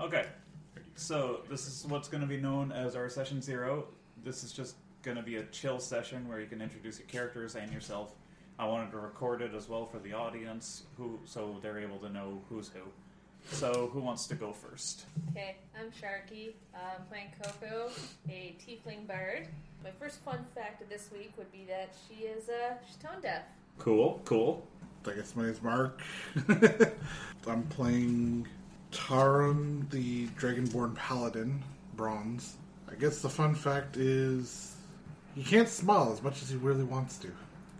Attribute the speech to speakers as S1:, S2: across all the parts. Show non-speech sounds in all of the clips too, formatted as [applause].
S1: Okay. So this is what's going to be known as our session zero. This is just going to be a chill session where you can introduce your characters and yourself. I wanted to record it as well for the audience, who so they're able to know who's who. So who wants to go first?
S2: Okay, I'm Sharky. Uh, I'm playing Coco, a tiefling bird. My first fun fact of this week would be that she is uh, she's tone deaf.
S3: Cool, cool.
S4: I guess my name's Mark. [laughs] I'm playing Taran, the Dragonborn Paladin, bronze. I guess the fun fact is he can't smile as much as he really wants to.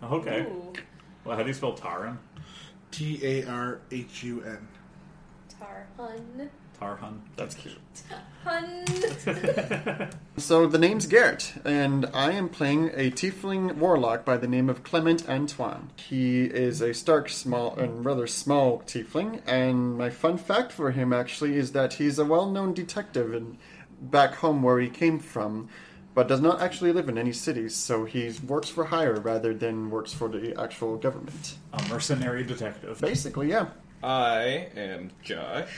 S1: Okay.
S2: Ooh,
S1: Well, how do you spell Taran?
S4: T A R H U N.
S2: tar hun
S1: Tarhan.
S3: That's cute.
S2: hun.
S5: So the name's Gert, and I am playing a tiefling warlock by the name of Clement Antoine. He is a stark, small, and rather small tiefling, and my fun fact for him actually is that he's a well-known detective in back home where he came from, but does not actually live in any cities, so he works for hire rather than works for the actual government.
S1: A mercenary detective.
S5: Basically, yeah.
S6: I am Josh.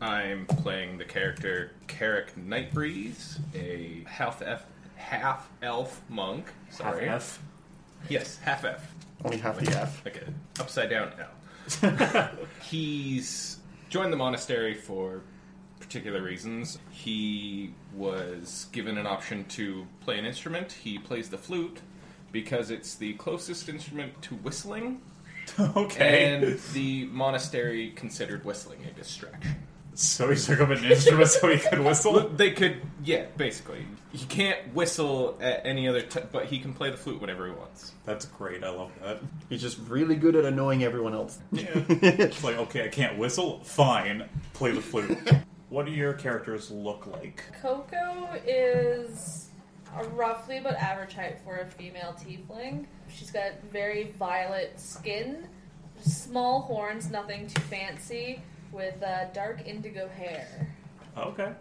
S6: I'm playing the character Carrick Nightbreeze, a half elf, half elf monk.
S1: Half
S6: Sorry.
S1: F.
S6: Yes, half elf.
S5: Only half the F.
S6: Like an upside down L.
S1: [laughs]
S6: He's joined the monastery for particular reasons. He was given an option to play an instrument. He plays the flute because it's the closest instrument to whistling,
S1: [laughs] okay.
S6: and the monastery considered whistling a distraction.
S1: so he took up an instrument so he could
S6: Well,
S1: whistle.
S6: they could, yeah, basically. He can't whistle at any other, t- but he can play the flute whenever he wants.
S1: That's great. I love that.
S5: He's just really good at annoying everyone else. [laughs]
S1: It's like, okay, I can't whistle. Fine, play the flute. what do your characters look like?
S2: Coco is a roughly about average height for a female tiefling. She's got very violet skin, small horns, nothing too fancy, with uh, dark indigo hair.
S1: Okay.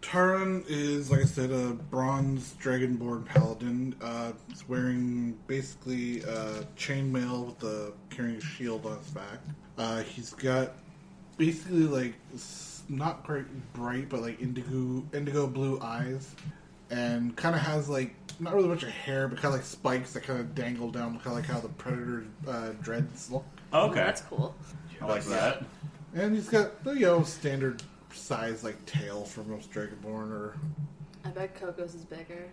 S4: Taran is, like I said, a bronze Dragonborn Paladin. Uh, he's wearing basically uh, chainmail with a carrying a shield on his back. Uh, he's got basically like s- not quite bright, but like indigo indigo blue eyes, and kind of has like not really much of hair, but kind of like spikes that kind of dangle down, kind of like how the predator uh, dreads look.
S1: Okay.
S7: That's cool.
S1: I like that.
S4: And he's got you know standard size like tail for most Dragonborn or
S7: I bet Coco's is bigger.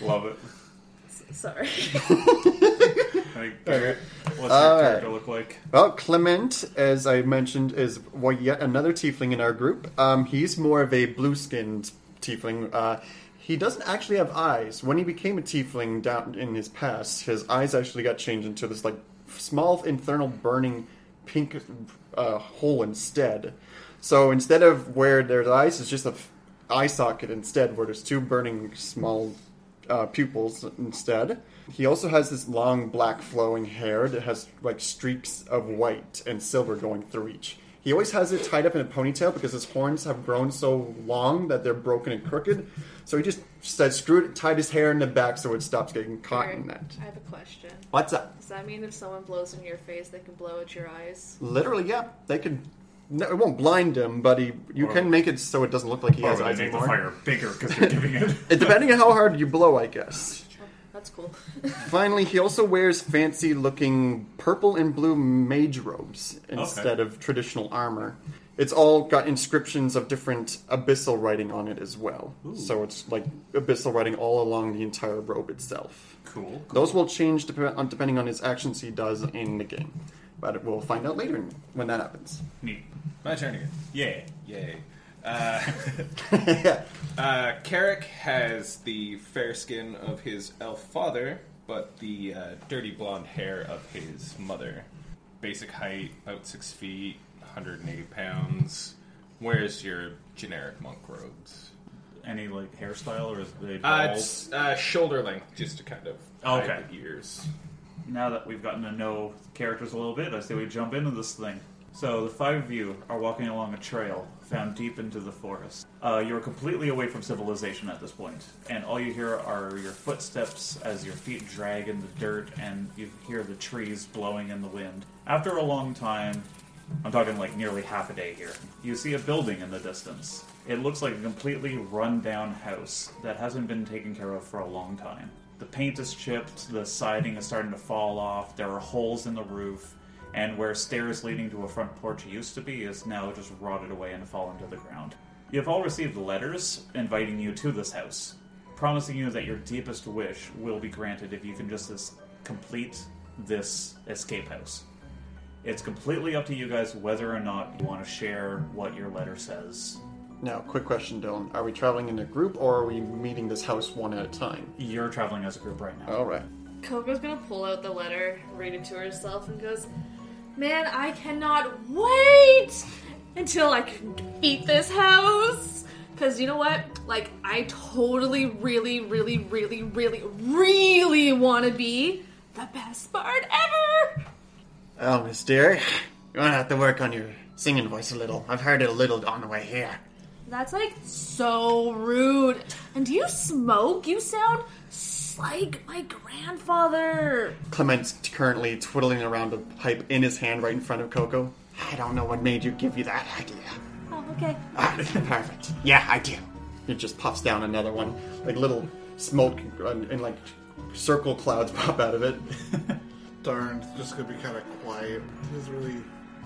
S1: Love it.
S7: S- sorry.
S5: [laughs]
S1: Like, Garrett, what's your
S5: All right.
S1: character look like?
S5: Well, Clement, as I mentioned, is well, yet another tiefling in our group. Um, he's more of a blue skinned tiefling. Uh, he doesn't actually have eyes. When he became a tiefling down in his past, his eyes actually got changed into this like small internal burning pink uh, hole instead. So instead of where there's eyes, it's just a f- eye socket instead, where there's two burning small uh, pupils instead. He also has this long black flowing hair that has like streaks of white and silver going through each. He always has it tied up in a ponytail because his horns have grown so long that they're broken and crooked. So he just said, screw it, tied his hair in the back so it stops getting caught in that. uh,
S7: I have a question.
S5: What's up?
S7: Does that mean if someone blows in your face, they can blow at your eyes?
S5: Literally, yeah, they could. No, it won't blind him, but he, you
S1: Or-
S5: can make it so it doesn't look like he
S1: Or
S5: has
S1: would I
S5: eyes
S1: Oh, make the
S5: anymore.
S1: fire bigger because you're giving it? [laughs]
S5: It, depending on how hard you blow, I guess.
S7: Oh, that's cool. [laughs]
S5: Finally, he also wears fancy looking purple and blue mage robes instead of traditional armor. It's all got inscriptions of different abyssal writing on it as well. So it's like abyssal writing all along the entire robe itself.
S1: cool.
S5: Those will change dep- on- depending on his actions he does in the game. But we'll find out later in- when that happens.
S1: Neat.
S6: My turn again.
S1: Yeah.
S6: Yay. Uh, [laughs] uh, Carrick has the fair skin of his elf father, but the uh, dirty blonde hair of his mother. Basic height, about six feet, 180 pounds. Wears your generic monk robes.
S1: Any like hairstyle or is it
S6: Uh,
S1: all?
S6: it's uh, shoulder length, just to kind of hide
S1: Okay.
S6: the ears.
S1: Now that we've gotten to know the characters a little bit, I say we jump into this thing. So the five of you are walking along a trail found deep into the forest. Uh, you're completely away from civilization at this point, and all you hear are your footsteps as your feet drag in the dirt, and you hear the trees blowing in the wind. After a long time, I'm talking like nearly half a day here, you see a building in the distance. It looks like a completely run-down house that hasn't been taken care of for a long time. The paint is chipped, the siding is starting to fall off, there are holes in the roof, and where stairs leading to a front porch used to be is now just rotted away and fallen to the ground. You have all received letters inviting you to this house, promising you that your deepest wish will be granted if you can just es- complete this escape house. It's completely up to you guys whether or not you want to share what your letter says.
S5: Now, quick question, Dylan. Are we traveling in a group or are we meeting this house one at a time?
S1: You're traveling as a group right now.
S5: All right.
S7: Coco's gonna pull out the letter, read it to herself, and goes, Man, I cannot wait until I can eat this house. Cause you know what? Like, I totally, really, really, really, really, really wanna be the best bard ever!
S5: Oh, Miss Deary, you're gonna have to work on your singing voice a little. I've heard it a little on the way here.
S7: That's like so rude. And do you smoke? You sound s- like my grandfather.
S5: Clement's currently twiddling around a pipe in his hand right in front of Coco. I don't know what made you give you that idea.
S7: Oh, okay.
S5: Ah, perfect. Yeah, I do. It just puffs down another one. Like little smoke and, and like circle clouds [laughs] pop out of it.
S4: Darn, it's just gonna be kind of quiet. He's really,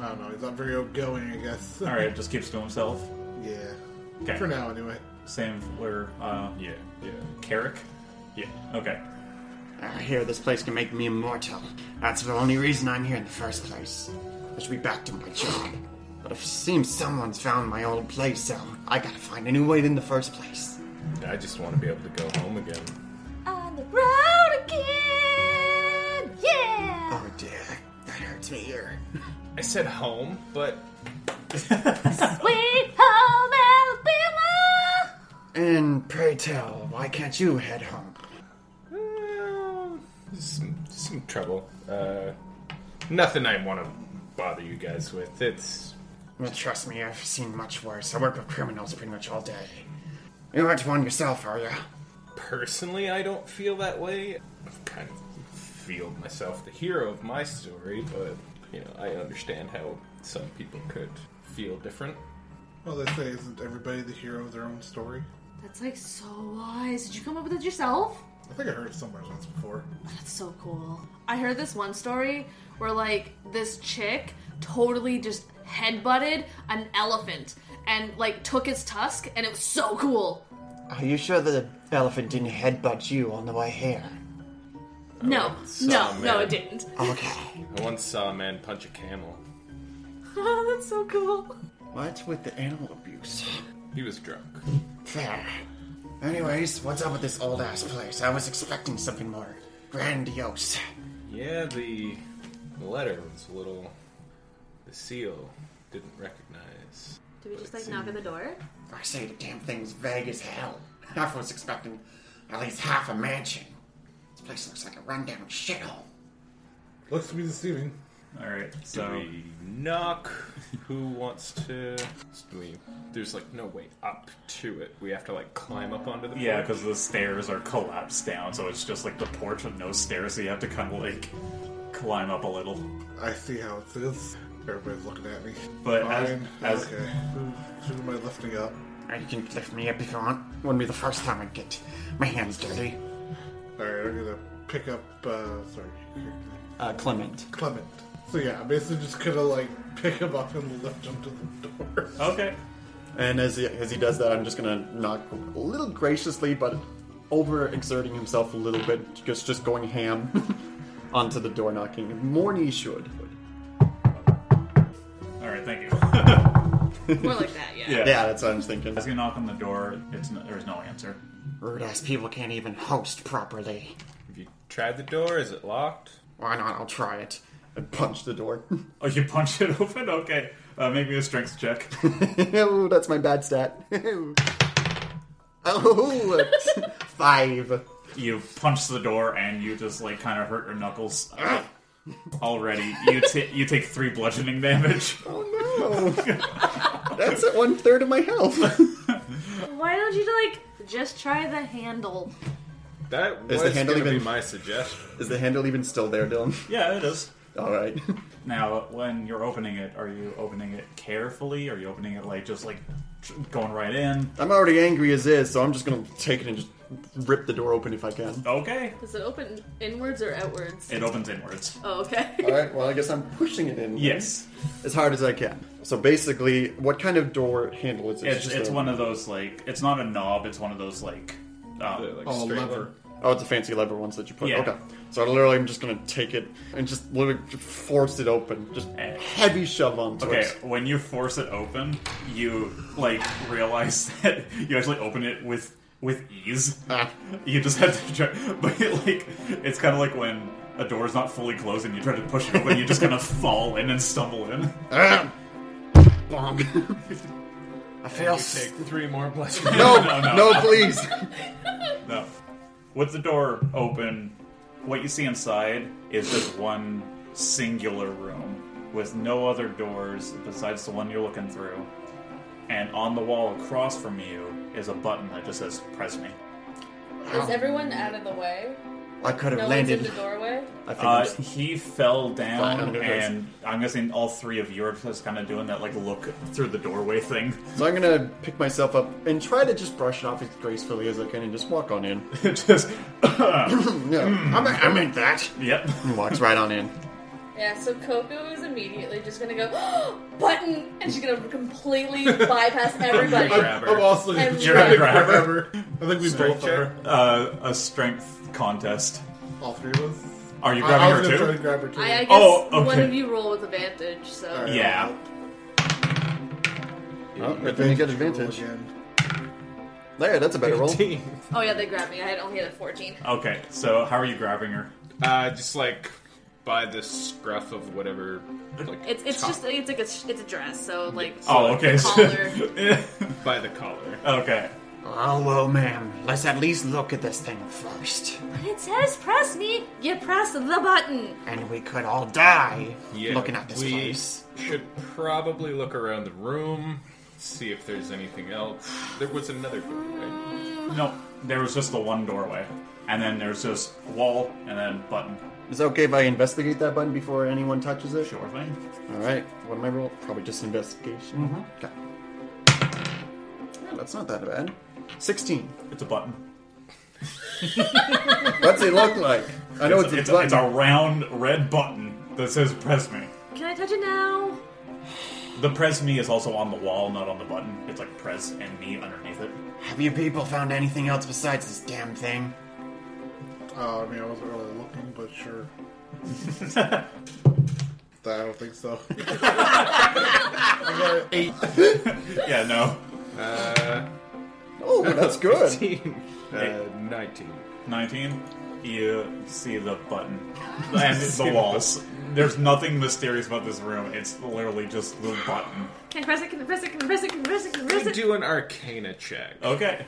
S4: I don't know. He's not very outgoing, I guess. [laughs]
S1: All right, just keeps to himself.
S4: Yeah.
S1: Okay.
S4: For now, anyway.
S1: Same where uh,
S6: Yeah, yeah,
S1: Carrick.
S6: yeah.
S1: Okay.
S5: I hear this place can make me immortal. That's the only reason I'm here in the first place. I should be back to my job. But it seems someone's found my old place, so I gotta find a new way in the first place.
S6: I just want to be able to go home again.
S7: On the road again! Yeah!
S5: Oh dear, that hurts me here.
S6: I said home, but
S7: Sweet home Alabama!
S5: And pray tell, why can't you head home?
S6: uh, eh, some some trouble. Uh, nothing I want to bother you guys with. It's
S5: Well, trust me, I've seen much worse. I work with criminals pretty much all day. You aren't one yourself, are you?
S6: personally, I don't feel that way. I've kind of feel myself the hero of my story, but you know, I understand how some people could feel different.
S4: Well, they say isn't everybody the hero of their own story?
S7: That's like so wise. Did you come up with it yourself?
S4: I think I heard it somewhere once before.
S7: That's so cool. I heard this one story where like this chick totally just headbutted an elephant and like took its tusk and it was so cool.
S5: Are you sure that the elephant didn't headbutt you on the way here?
S7: No,
S6: saw
S7: no,
S6: man.
S7: no, it didn't. [laughs]
S5: Okay.
S6: I once saw a man punch a camel.
S7: Oh, that's so cool.
S5: What's with the animal abuse?
S6: He was drunk.
S5: Fair. Anyways, what's up with this old ass place? I was expecting something more grandiose.
S6: Yeah, the the letter was a little. The seal didn't recognize.
S7: Did we just like knock on the door?
S5: I say the damn thing's vague as hell. [laughs] I was expecting at least half a mansion. This place looks like a rundown shithole.
S4: Looks to be deceiving.
S1: All right.
S6: Do
S1: So
S6: we knock? Who wants to? Do we? There's like no way up to it. We have to like climb up onto the.
S1: yeah,
S6: porch.
S1: because the stairs are collapsed down, so it's just like the porch with no stairs. So you have to kind of like climb up a little.
S4: I see how it is. Everybody's looking at me.
S1: But as,
S4: Fine.
S1: as
S4: okay. Who, who am I lifting up?
S5: Uh, You can lift me up if you want. Wouldn't be the first time I get my hands dirty.
S4: All right, I'm gonna pick up. Uh, sorry,
S5: Uh, Clement.
S4: Clement. So yeah, I'm basically just gonna like pick him up and lift him to the door.
S1: okay,
S5: And as he, as he does that, I'm just gonna knock a little graciously, but over exerting himself a little bit, just just going
S3: [laughs]
S5: ham onto the door knocking. More than he should.
S1: all right, thank you. [laughs]
S7: More like that, yeah.
S1: yeah.
S5: Yeah, that's what I was thinking.
S1: As you knock on the door, it's no, there's no answer.
S5: Rude ass people can't even host properly.
S6: Have you tried the door? Is it locked?
S5: Why not? I'll try it. And punch the door.
S1: Oh, you punch it [laughs] open? Okay. Uh, make me a strength check. [laughs]
S5: Ooh, that's my bad stat. [laughs] oh, [laughs] five.
S1: you punch the door and you just like [laughs] kind of hurt your knuckles. Already, you t- you take three bludgeoning damage. [laughs]
S5: Oh
S3: No! [laughs] That's at one third of my health. [laughs]
S7: Why don't you like just try the handle?
S6: That
S3: Is
S6: was
S3: the handle
S6: gonna be
S3: even-
S6: my suggestion.
S3: Is the handle even still there, Dylan?
S1: Yeah, it is.
S3: Alright.
S1: Now, when you're opening it, are you opening it carefully? Are you opening it like just like tr- going right in?
S3: I'm already angry as is, so I'm just gonna take it and just rip the door open if I can.
S1: Okay.
S7: Does it open inwards or outwards?
S1: It opens inwards.
S7: Oh, okay.
S1: Uh,
S7: [laughs]
S3: Alright, well, I guess I'm pushing it in.
S1: Yes.
S3: As hard as I can. So basically, what kind of door handle is it?
S1: It's, it's
S3: a-
S1: one of those like it's not a knob. It's one of those like.
S6: The,
S1: Um,
S6: like,
S4: Oh,
S6: straight
S4: lever.
S6: one.
S3: Oh, it's the fancy lever ones that you put.
S1: Yeah.
S3: Okay. So literally, I'm just gonna take it and just literally just force it open, just heavy shove onto
S1: Eh. okay,
S3: it.
S1: when you force it open, you like realize [laughs] that you actually open it with with ease.
S3: Ah.
S1: You just have to try, [laughs] but it, like it's kind of like when a door is not fully closed and you try to push it open, you just kind of [laughs] fall in and stumble in.
S3: Ah! Bonk. I
S6: You
S3: fail.
S6: take three more
S4: [laughs]
S6: blessings.
S3: No,
S1: No,
S3: no,
S1: no.
S3: please.
S1: No. With the door open, what you see inside is just one singular room with no other doors besides the one you're looking through. And on the wall across from you is a button that just says "Press me." uh,
S8: Is everyone out of the way?
S3: I could have
S8: No
S3: landed.
S8: one's in the doorway.
S3: I think.
S1: Uh,
S3: I'm
S1: he fell down,
S3: Fine.
S1: and I'm guessing all three of you are just kind of doing that like look through the doorway thing, [laughs]
S3: so I'm gonna pick myself up and try to just brush it off as gracefully as I can and just walk
S1: [laughs]
S3: on in.
S1: just [coughs]
S3: No, I'm, I'm in that.
S1: yep.
S3: And [laughs] walks right on in.
S8: Yeah, so Coco is immediately just gonna go
S7: [gasps]
S8: button, and she's gonna
S1: [laughs]
S8: completely bypass everybody.
S6: Grab her.
S4: I'm also
S8: I'm
S4: just
S8: right.
S4: trying to
S1: Grab
S4: grab
S1: her.
S4: her. I think we
S6: Strength
S4: both
S6: check?
S4: are.
S1: Uh, a strength contest.
S4: All three of us.
S1: Are you
S4: I- I
S1: grabbing her
S4: was gonna try
S1: too?
S4: to grab her too.
S7: I, I guess
S1: Oh,
S7: one
S1: okay.
S7: of you roll with advantage. So
S4: All right,
S1: Yeah.
S3: Oh, but then you get advantage.
S4: Again.
S3: There, that's a
S1: [laughs]
S3: better roll.
S7: oh yeah, they grabbed me. I had only had a fourteen.
S1: Okay, so how are you grabbing her?
S6: Uh, just like by the scruff of whatever. Like,
S7: It's it's
S6: top-
S7: just it's like a sh- it's a dress. So like
S1: Oh, okay. [laughs]
S7: Collar.
S6: by the collar.
S1: okay.
S3: Oh well, ma'am. Let's at least look at this thing first,
S7: When it says press me, you press the button.
S3: and we could all die
S6: Yeah, we Should probably look around the room, see if there's anything else. There was another door, right?
S1: No, there was just the one doorway, and then there's just wall and then button.
S3: Is it okay if I investigate that button before anyone touches it?
S1: Sure thing.
S3: All right. What am I roll? Probably just investigation.
S1: Mm-hmm.
S3: Okay. Yeah, that's not that bad. Sixteen.
S1: It's a button.
S3: What's it look like? I know it's,
S1: it's,
S3: a
S1: a,
S3: button.
S1: it's a round red button that says "Press me."
S7: Can I touch it now?
S1: The "Press me" is also on the wall, not on the button. It's like "Press" and "me" underneath it.
S3: Have you people found anything else besides this damn thing?
S4: Uh, I mean, I wasn't really looking, but sure.
S1: [laughs]
S4: I don't think so. I got eight.
S1: Yeah, no.
S6: Uh,
S1: [laughs]
S3: Oh, that's good.
S6: 18. Uh, 19.
S1: Nineteen. You see the button and the walls. There's nothing mysterious about this room. It's literally just the button.
S7: Can I press it? Can I press it? Can I press it? Can I press it? Can I
S6: Let
S7: press
S6: me
S7: it?
S6: do an arcana check.
S1: Okay.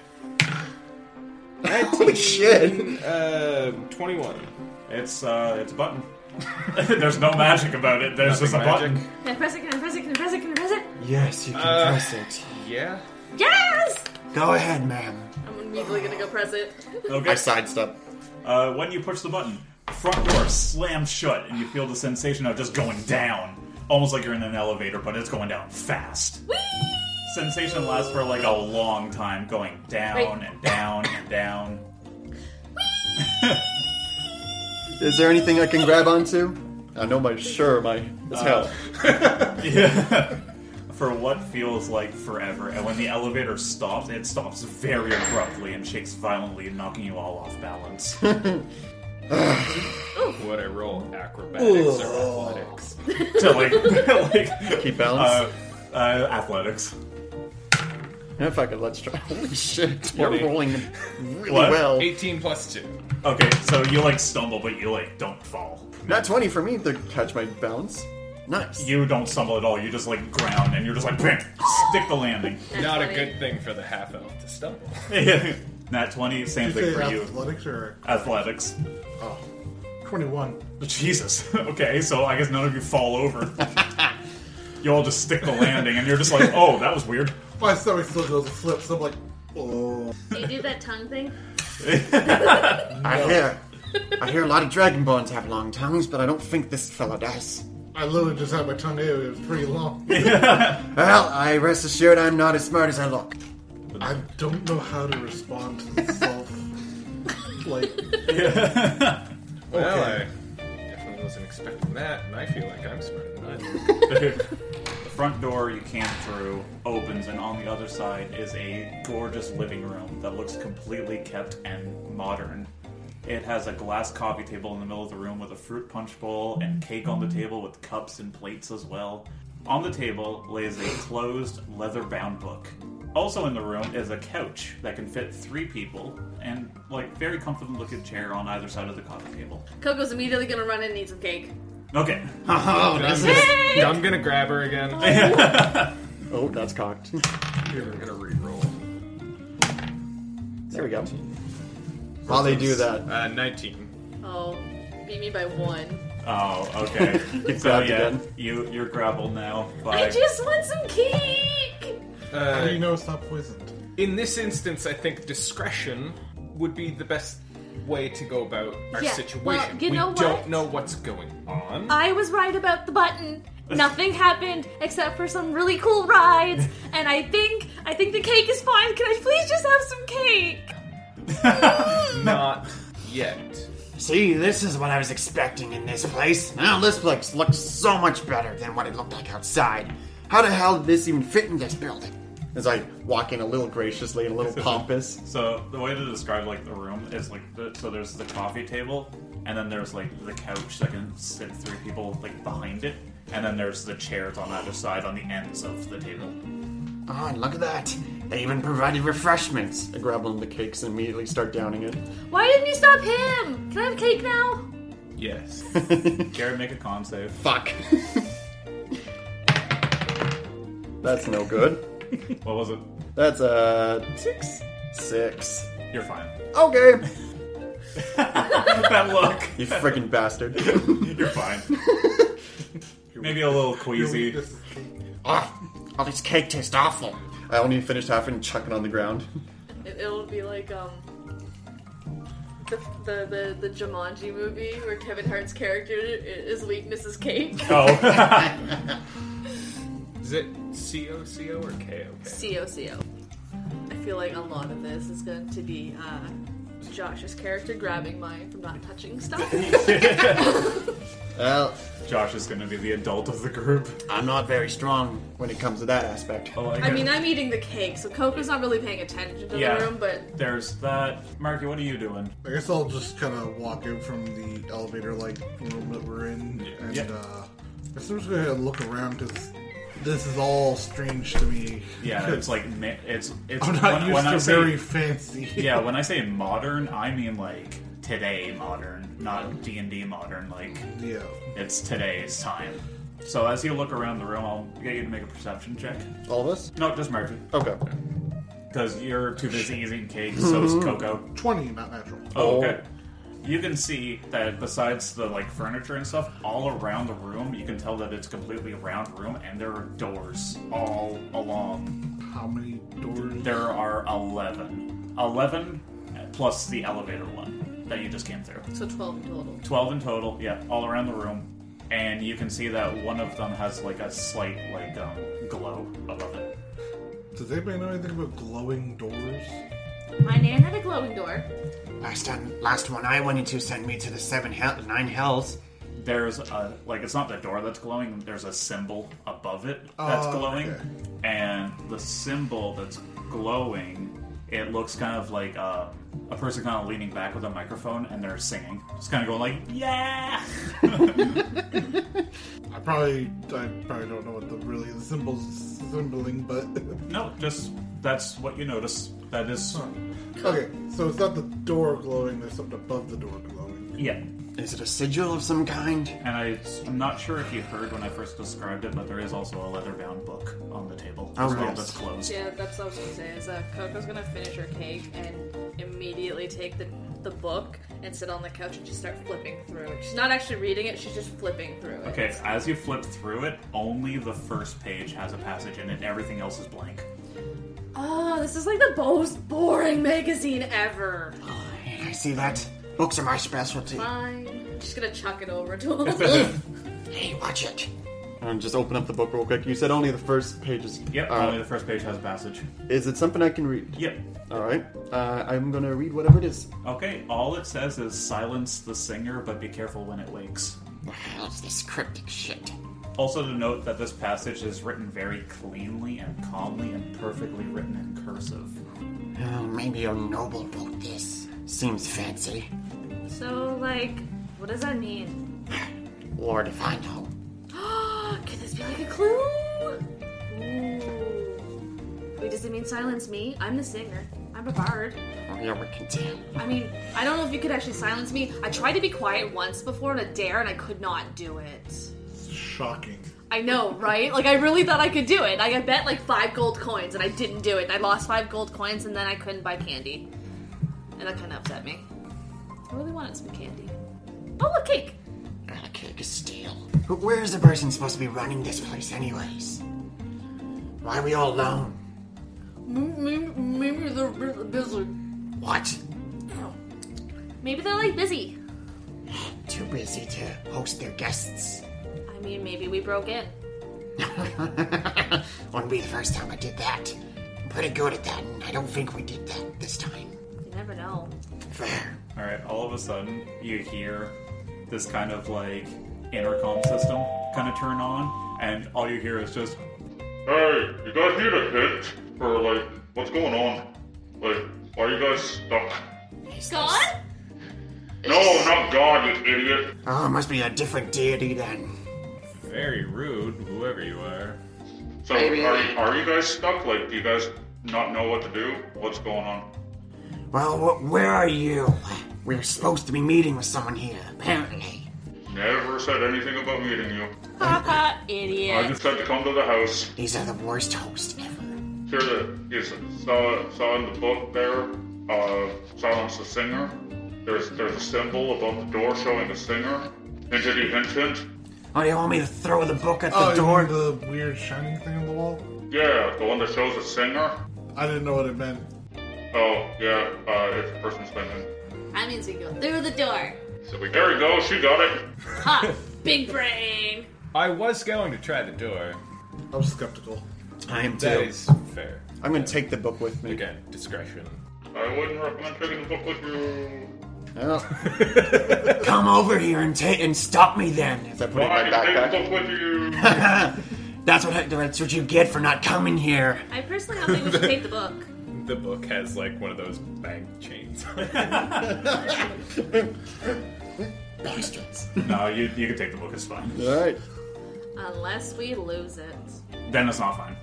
S3: Holy shit!
S6: Um, 21.
S1: It's uh, it's a button. [laughs] There's no magic about it. There's just a
S6: Nothing magic.
S1: button.
S7: Can I press it? Can I press it? Can I press it? Can I press it?
S3: Yes, you can
S6: Uh.
S3: press it.
S6: Yeah.
S7: Yes!
S3: Go ahead, ma'am.
S7: I'm immediately gonna go press it.
S1: Okay.
S3: I sidestep.
S1: Uh, when you push the button, the front door slams shut, and you feel the sensation of just going down, almost like you're in an elevator, but it's going down fast.
S7: Whee!
S1: Sensation lasts for like a long time, going down
S7: Wait.
S1: and down and down.
S3: Is there anything I can grab onto? I know my sure my as hell.
S1: Yeah. [laughs] For what feels like forever, and when the elevator stops, it stops very abruptly and shakes violently, knocking you all off balance.
S6: What I roll? Acrobatics or athletics?
S1: to like, [laughs] like
S3: Keep balance.
S1: uh, uh, athletics.
S3: If I could, let's try. [laughs] Holy shit! You're
S6: Twenty.
S3: rolling really
S1: What?
S3: well.
S6: 18 plus 2.
S1: Okay, so you like stumble, but you like don't fall.
S3: Not twenty for me to catch my balance. Nice.
S1: You don't stumble at all. You just like ground, and you're just like bam, stick the landing. [laughs]
S6: Not a
S7: funny.
S6: good thing for the half elf to stumble.
S1: Nat twenty, same
S4: Did you
S1: thing
S4: say
S1: for you.
S4: athletics or
S1: Athletics.
S4: oh, 21.
S1: [laughs] Jesus. Okay, so I guess none of you fall over. you all just stick the landing, and you're just like, oh, that was weird.
S4: My stomach still goes flips. I'm like, oh.
S7: You do that tongue thing.
S5: I hear, I hear a lot of dragonborns have long tongues, but I don't think this fella does.
S4: I literally just had my tongue out. It was pretty long.
S1: [laughs]
S5: Well, I rest assured I'm not as smart as I look.
S4: I don't know how to respond to
S1: [laughs]
S4: this self. like,
S6: Well,
S4: Okay.
S6: I definitely wasn't expecting that, and I feel like I'm smarter than I am.
S1: The front door you came through opens, and on the other side is a gorgeous living room that looks completely kept and modern. It has a glass coffee table in the middle of the room with a fruit punch bowl and cake on the table with cups and plates as well. On the table lays a closed leather bound book. Also in the room is a couch that can fit three people and like very comfortable looking chair on either side of the coffee table.
S7: Coco's immediately gonna run in and eat some cake.
S1: Okay.
S5: Oh, that's
S6: I'm, gonna, I'm gonna grab her [laughs] again.
S5: oh, that's cocked.
S6: Here, we're gonna re-roll.
S5: There we go. While they do that,
S6: Uh, 19.
S7: Oh, beat me by one.
S1: Oh,
S5: [laughs]
S1: okay.
S5: Get
S1: so
S5: grabbed
S1: yeah,
S5: again.
S1: you you're grappled now by
S7: I just want some cake.
S4: how do you
S6: Uh,
S4: know it's not poisoned?
S6: in this instance, I think discretion would be the best way to go about our
S7: Yeah,
S6: situation.
S7: well, you
S6: we
S7: know what? Uh,
S6: don't know what's going on.
S7: I was right about the button. Nothing happened except for some really cool rides, and I think I think the cake is fine. Can I please just have some cake?
S6: Not yet.
S5: see, this is what I was expecting in this place. Now this place looks so much better than what it looked like outside. How the hell did this even fit in this building? As I walk in a little graciously, a little pompous.
S1: So the way to describe like the room is like the, so there's the coffee table, and then there's like the couch that can sit three people like behind it, and then there's the chairs on either side on the ends of the table.
S5: Oh, and look at that. They even provided refreshments. I grab one of the cakes and immediately start downing it.
S7: Why didn't you stop him? Can I have cake now?
S6: Yes.
S1: Jared, make a con save.
S5: Fuck. [laughs] That's no good.
S1: What was it?
S5: That's a six. Six.
S1: You're fine. [laughs]
S5: Okay.
S1: that look.
S5: You freaking bastard.
S1: You're
S4: [laughs]
S1: fine. Maybe a little queasy.
S4: This is cake.
S5: oh, all this cake tastes awful. I only finished half and chuck it on the ground.
S7: It, will be like um the, the the the Jumanji movie where Kevin Hart's character his weakness is cake.
S1: Oh, [laughs]
S6: Is it C O C O or K O K?
S7: C O C O. I feel like a lot of this is going to be uh, Josh's character grabbing mine from not
S1: [laughs]
S7: touching stuff.
S5: Well,
S1: Josh is going to be the adult of the group.
S5: I'm not very strong when it comes to that aspect.
S1: Oh,
S7: I mean, I'm eating the cake, so Coco's not really paying attention to
S1: Yeah.
S7: the room, but
S1: there's that. Marky, what are you doing?
S4: I guess I'll just kind of walk out from the elevator like room that we're in, and
S1: Yeah.
S4: uh, I guess I'm just gonna look around because this is all strange to me.
S1: Yeah,
S4: [laughs]
S1: it's like mi- it's it's
S4: I'm not
S1: when-
S4: used
S1: when I
S4: to
S1: say-
S4: very fancy.
S1: [laughs] yeah when i say modern i mean like today modern not d&d modern like
S4: yeah.
S1: it's today's time so as you look around the room i'll get you to make a perception check
S5: All of us?
S1: no just marky
S5: Okay.
S1: because you're too busy eating cake so is coco
S4: Twenty, not natural.
S1: oh, okay you can see that besides the like furniture and stuff all around the room you can tell that it's completely a round room and there are doors all along
S4: How many doors?
S1: there are 11 11 plus the elevator one that you just came through
S7: so 12 in total.
S1: 12 in total yeah all around the room and you can see that one of them has like a slight like um, glow above it
S4: Does anybody know anything about glowing doors?
S7: My nan had a glowing door.
S5: Last time, last one I wanted to send me to the seven hell, nine hells.
S1: there's a like it's not the door that's glowing there's a symbol above it that's
S4: Oh,
S1: glowing
S4: okay.
S1: and the symbol that's glowing it looks kind of like uh, a person kind of leaning back with a microphone and they're singing just kind of going like yeah [laughs]
S4: I probably, I probably don't know what the really the symbols symboling, but [laughs]
S1: no just that's what you notice that is
S4: okay. So it's not the door glowing. There's something above the door glowing.
S1: yeah
S5: Is it a sigil of some kind?
S1: And I, I'm not sure if you heard when I first described it, but there is also a leather-bound book on the table
S5: Oh,
S1: as well
S5: yes.
S1: that's closed.
S7: Yeah, that's what I was gonna say, is uh, Coco's gonna finish her cake and immediately take the the book and sit on the couch and just start flipping through it. She's not actually reading it, she's just flipping through it.
S1: Okay, as you flip through it, only the first page has a passage in it. Everything else is blank.
S7: Oh, this is like the most boring magazine ever.
S5: Oh, I see that. Books are my specialty.
S7: Fine. I'm just gonna chuck it over to
S1: [laughs]
S7: him.
S5: Hey, watch it.
S3: And just open up the book real quick. You said only the first pages.
S1: Yep,
S3: Uh,
S1: only the first page has a passage.
S3: is it something I can read?
S1: Yep.
S3: All right. Uh, I'm gonna read whatever it is.
S1: Okay, all it says is silence the singer, but be careful when it wakes.
S5: The hell's this cryptic shit?
S1: Also, to note that this passage is written very cleanly and calmly and perfectly written in cursive.
S5: Oh, maybe your noble wrote this. Seems fancy.
S7: so, like, what does that mean?
S5: Lord, if I know.
S7: [gasps] Can this be like a clue? Ooh. Wait, does it mean silence me? I'm the singer. I'm a bard.
S5: Oh, yeah, we can tell.
S7: I mean, I don't know if you could actually silence me. I tried to be quiet once before in a dare and I could not do it.
S4: Shocking.
S7: I know, right? Like, I really thought I could do it. I bet like five gold coins and I didn't do it. I lost five gold coins and then I couldn't buy candy. And that kind of upset me. I really wanted some candy. Oh, look, cake!
S5: And a cake is stale. But where is the person supposed to be running this place, anyways? Why are we all alone?
S7: Maybe they're busy.
S5: What?
S7: Maybe they're like busy.
S5: Too busy to host their guests.
S7: I mean, maybe we broke in.
S5: Wouldn't be the first time I did that. I'm pretty good at that, and I don't think we did that this time.
S7: You never know.
S5: Fair.
S1: All right, all of a sudden you hear this kind of like intercom system kind of turn on, and all you hear is just
S9: Hey, you guys need a hint for like what's going on? Like, why are you guys stuck?
S7: God?
S9: No, not God, you idiot.
S5: Oh, it must be a different deity then.
S6: Very rude, whoever you are.
S9: So, are, are you guys stuck? Like, do you guys not know what to do? What's going on?
S5: Well, wh- where are you? We're supposed to be meeting with someone here, apparently.
S9: Never said anything about meeting you.
S7: Papa,
S9: I
S7: idiot.
S9: just said to come to the house.
S5: These are the worst hosts ever.
S9: Here, the is saw saw in the book there. Uh, silence the singer. There's there's a symbol above the door showing the singer. Hintity hint hint.
S5: Oh, you want me to throw the book at the
S4: Oh, you
S5: door?
S4: mean the weird shining thing on the wall?
S9: Yeah, the one that shows a singer.
S4: I didn't know what it meant.
S9: Oh, yeah, uh, if the person's thinking.
S7: That means we go through the door.
S9: So we there we go, she got it.
S7: Ha! Big brain!
S6: I was going to try the door.
S4: I was skeptical.
S3: I am
S6: That
S3: too.
S6: is fair.
S3: I'm gonna take the book with me.
S6: Again, discretion.
S9: I wouldn't recommend taking the book with you.
S3: Oh,
S5: Come over here and ta- and stop me then.
S3: is that putting
S9: Why
S3: my
S9: you take the
S3: backpack?
S9: book with you?
S5: That's what I, that's what you get for not coming here.
S7: I personally don't think we should take the book.
S6: The book has like one of those bank chains. [laughs]
S5: Bastards.
S1: no. You you can take the book; it's fine.
S3: All right.
S7: Unless we lose it.
S1: Then it's not fine.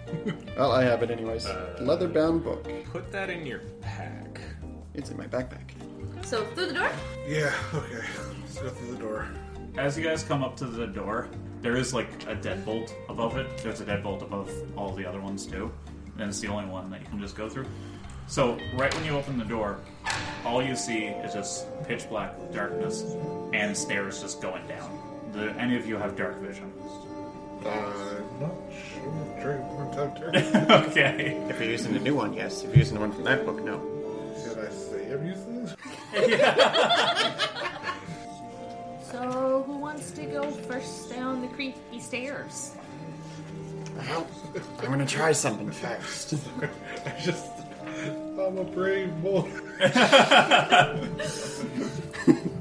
S3: Well, I have it anyways. Leather-bound book.
S6: Put that in your pack.
S3: It's in my backpack.
S7: So, through the door?
S4: Yeah, okay. Let's go through the door.
S1: As you guys come up to the door, there is like a deadbolt above it. There's a deadbolt above all the other ones too, and it's the only one that you can just go through. So right when you open the door, all you see is just pitch black darkness and stairs just going down. Do any of you have dark vision? [laughs]
S4: Uh, not sure. if Dragonborn's have turn.
S1: okay.
S3: If you're using the new one, yes. If you're using the one from that book, no.
S4: Did I say I'm using this?
S7: So, who wants to go first down the creaky stairs?
S5: Well, I'm gonna try something first.
S4: I just. I'm a brave boy. [laughs]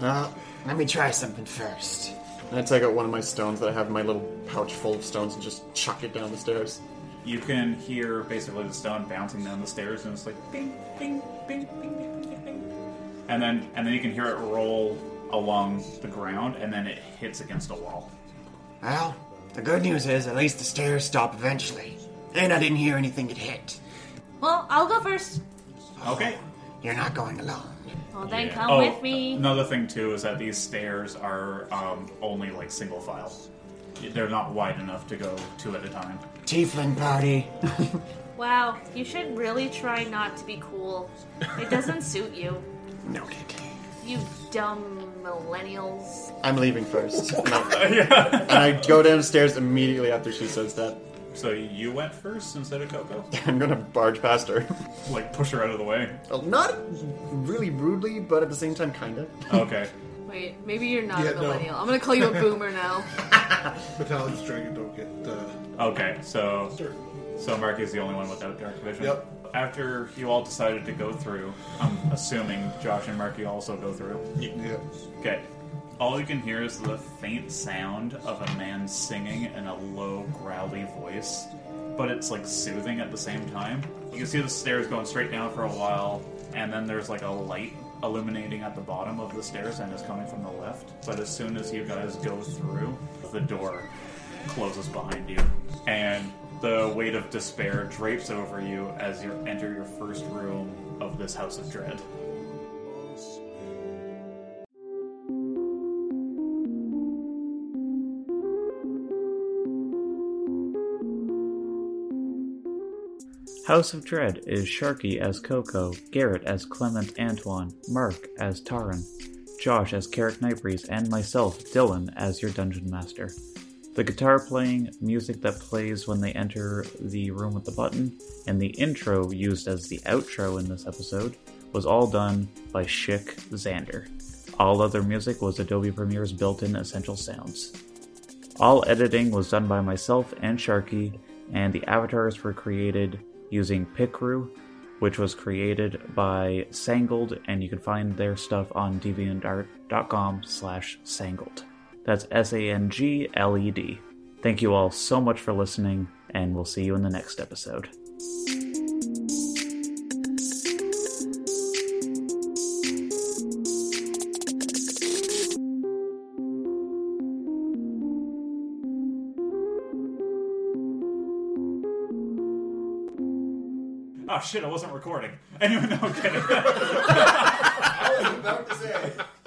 S5: Uh, let me try something first.
S3: And I take out one of my stones that I have in my little pouch full of stones and just chuck it down the stairs.
S1: You can hear basically the stone bouncing down the stairs, and it's like bing, bing, bing, bing, bing, bing, bing. And then, and then you can hear it roll along the ground, and then it hits against a wall.
S5: Well, the good news is at least the stairs stop eventually, and I didn't hear anything get hit.
S7: Well, I'll go first.
S1: Okay.
S5: You're not going alone.
S7: Well, then
S6: Yeah.
S7: come
S4: Oh,
S10: Oh,
S7: with me.
S4: uh,
S1: Another thing too is that these stairs are um, only like single file. They're not wide enough to go two at a time.
S5: Tiefling party.
S4: [laughs]
S7: Wow, you should really try not to be cool. It doesn't suit you.
S11: Noted.
S12: You dumb millennials.
S3: I'm leaving first. No. And I go downstairs immediately after she says that. [laughs]
S10: So you went first instead of Coco?
S3: I'm gonna barge past her.
S10: Like, push her out of the way.
S3: Well, Not really rudely, but at the same time, kinda.
S10: Okay.
S12: Wait, maybe you're not
S4: Yeah,
S12: a
S4: no.
S12: millennial. I'm gonna
S4: [laughs]
S12: call you a boomer now.
S4: Metallic's dragon don't get. Uh,
S10: Okay, so so Mark is the only one without dark vision.
S4: Yep.
S10: After you all decided to go through, I'm assuming Josh and Marky also go through.
S4: yeah.
S10: Okay. All you can hear is the faint sound of a man singing in a low, growly voice, but it's like soothing at the same time. You can see the stairs going straight down for a while, and then there's like a light illuminating at the bottom of the stairs and it's coming from the left. But as soon as you guys go through, the door closes behind you, and the weight of despair drapes over you as you enter your first room of this house of dread.
S1: House of Dread is Sharky as Coco, Garrett as Clement Antoine, Mark as Taran, Josh as Carrick Nightbreeze, and myself, Dylan, as your dungeon master. The guitar playing, music that plays when they enter the room with the button, and the intro used as the outro in this episode was all done by Schick Xander. All other music was Adobe Premiere's built in Essential Sounds. All editing was done by myself and Sharky, and the avatars were created using Picru, which was created by Sangled, and you can find their stuff on deviantart.com slash sangled. That's S-A-N-G-L-E-D. E Thank you all so much for listening, and we'll see you in the next episode.
S10: Oh shit, I wasn't recording. Anyway, no, I'm kidding.
S3: I was about to say.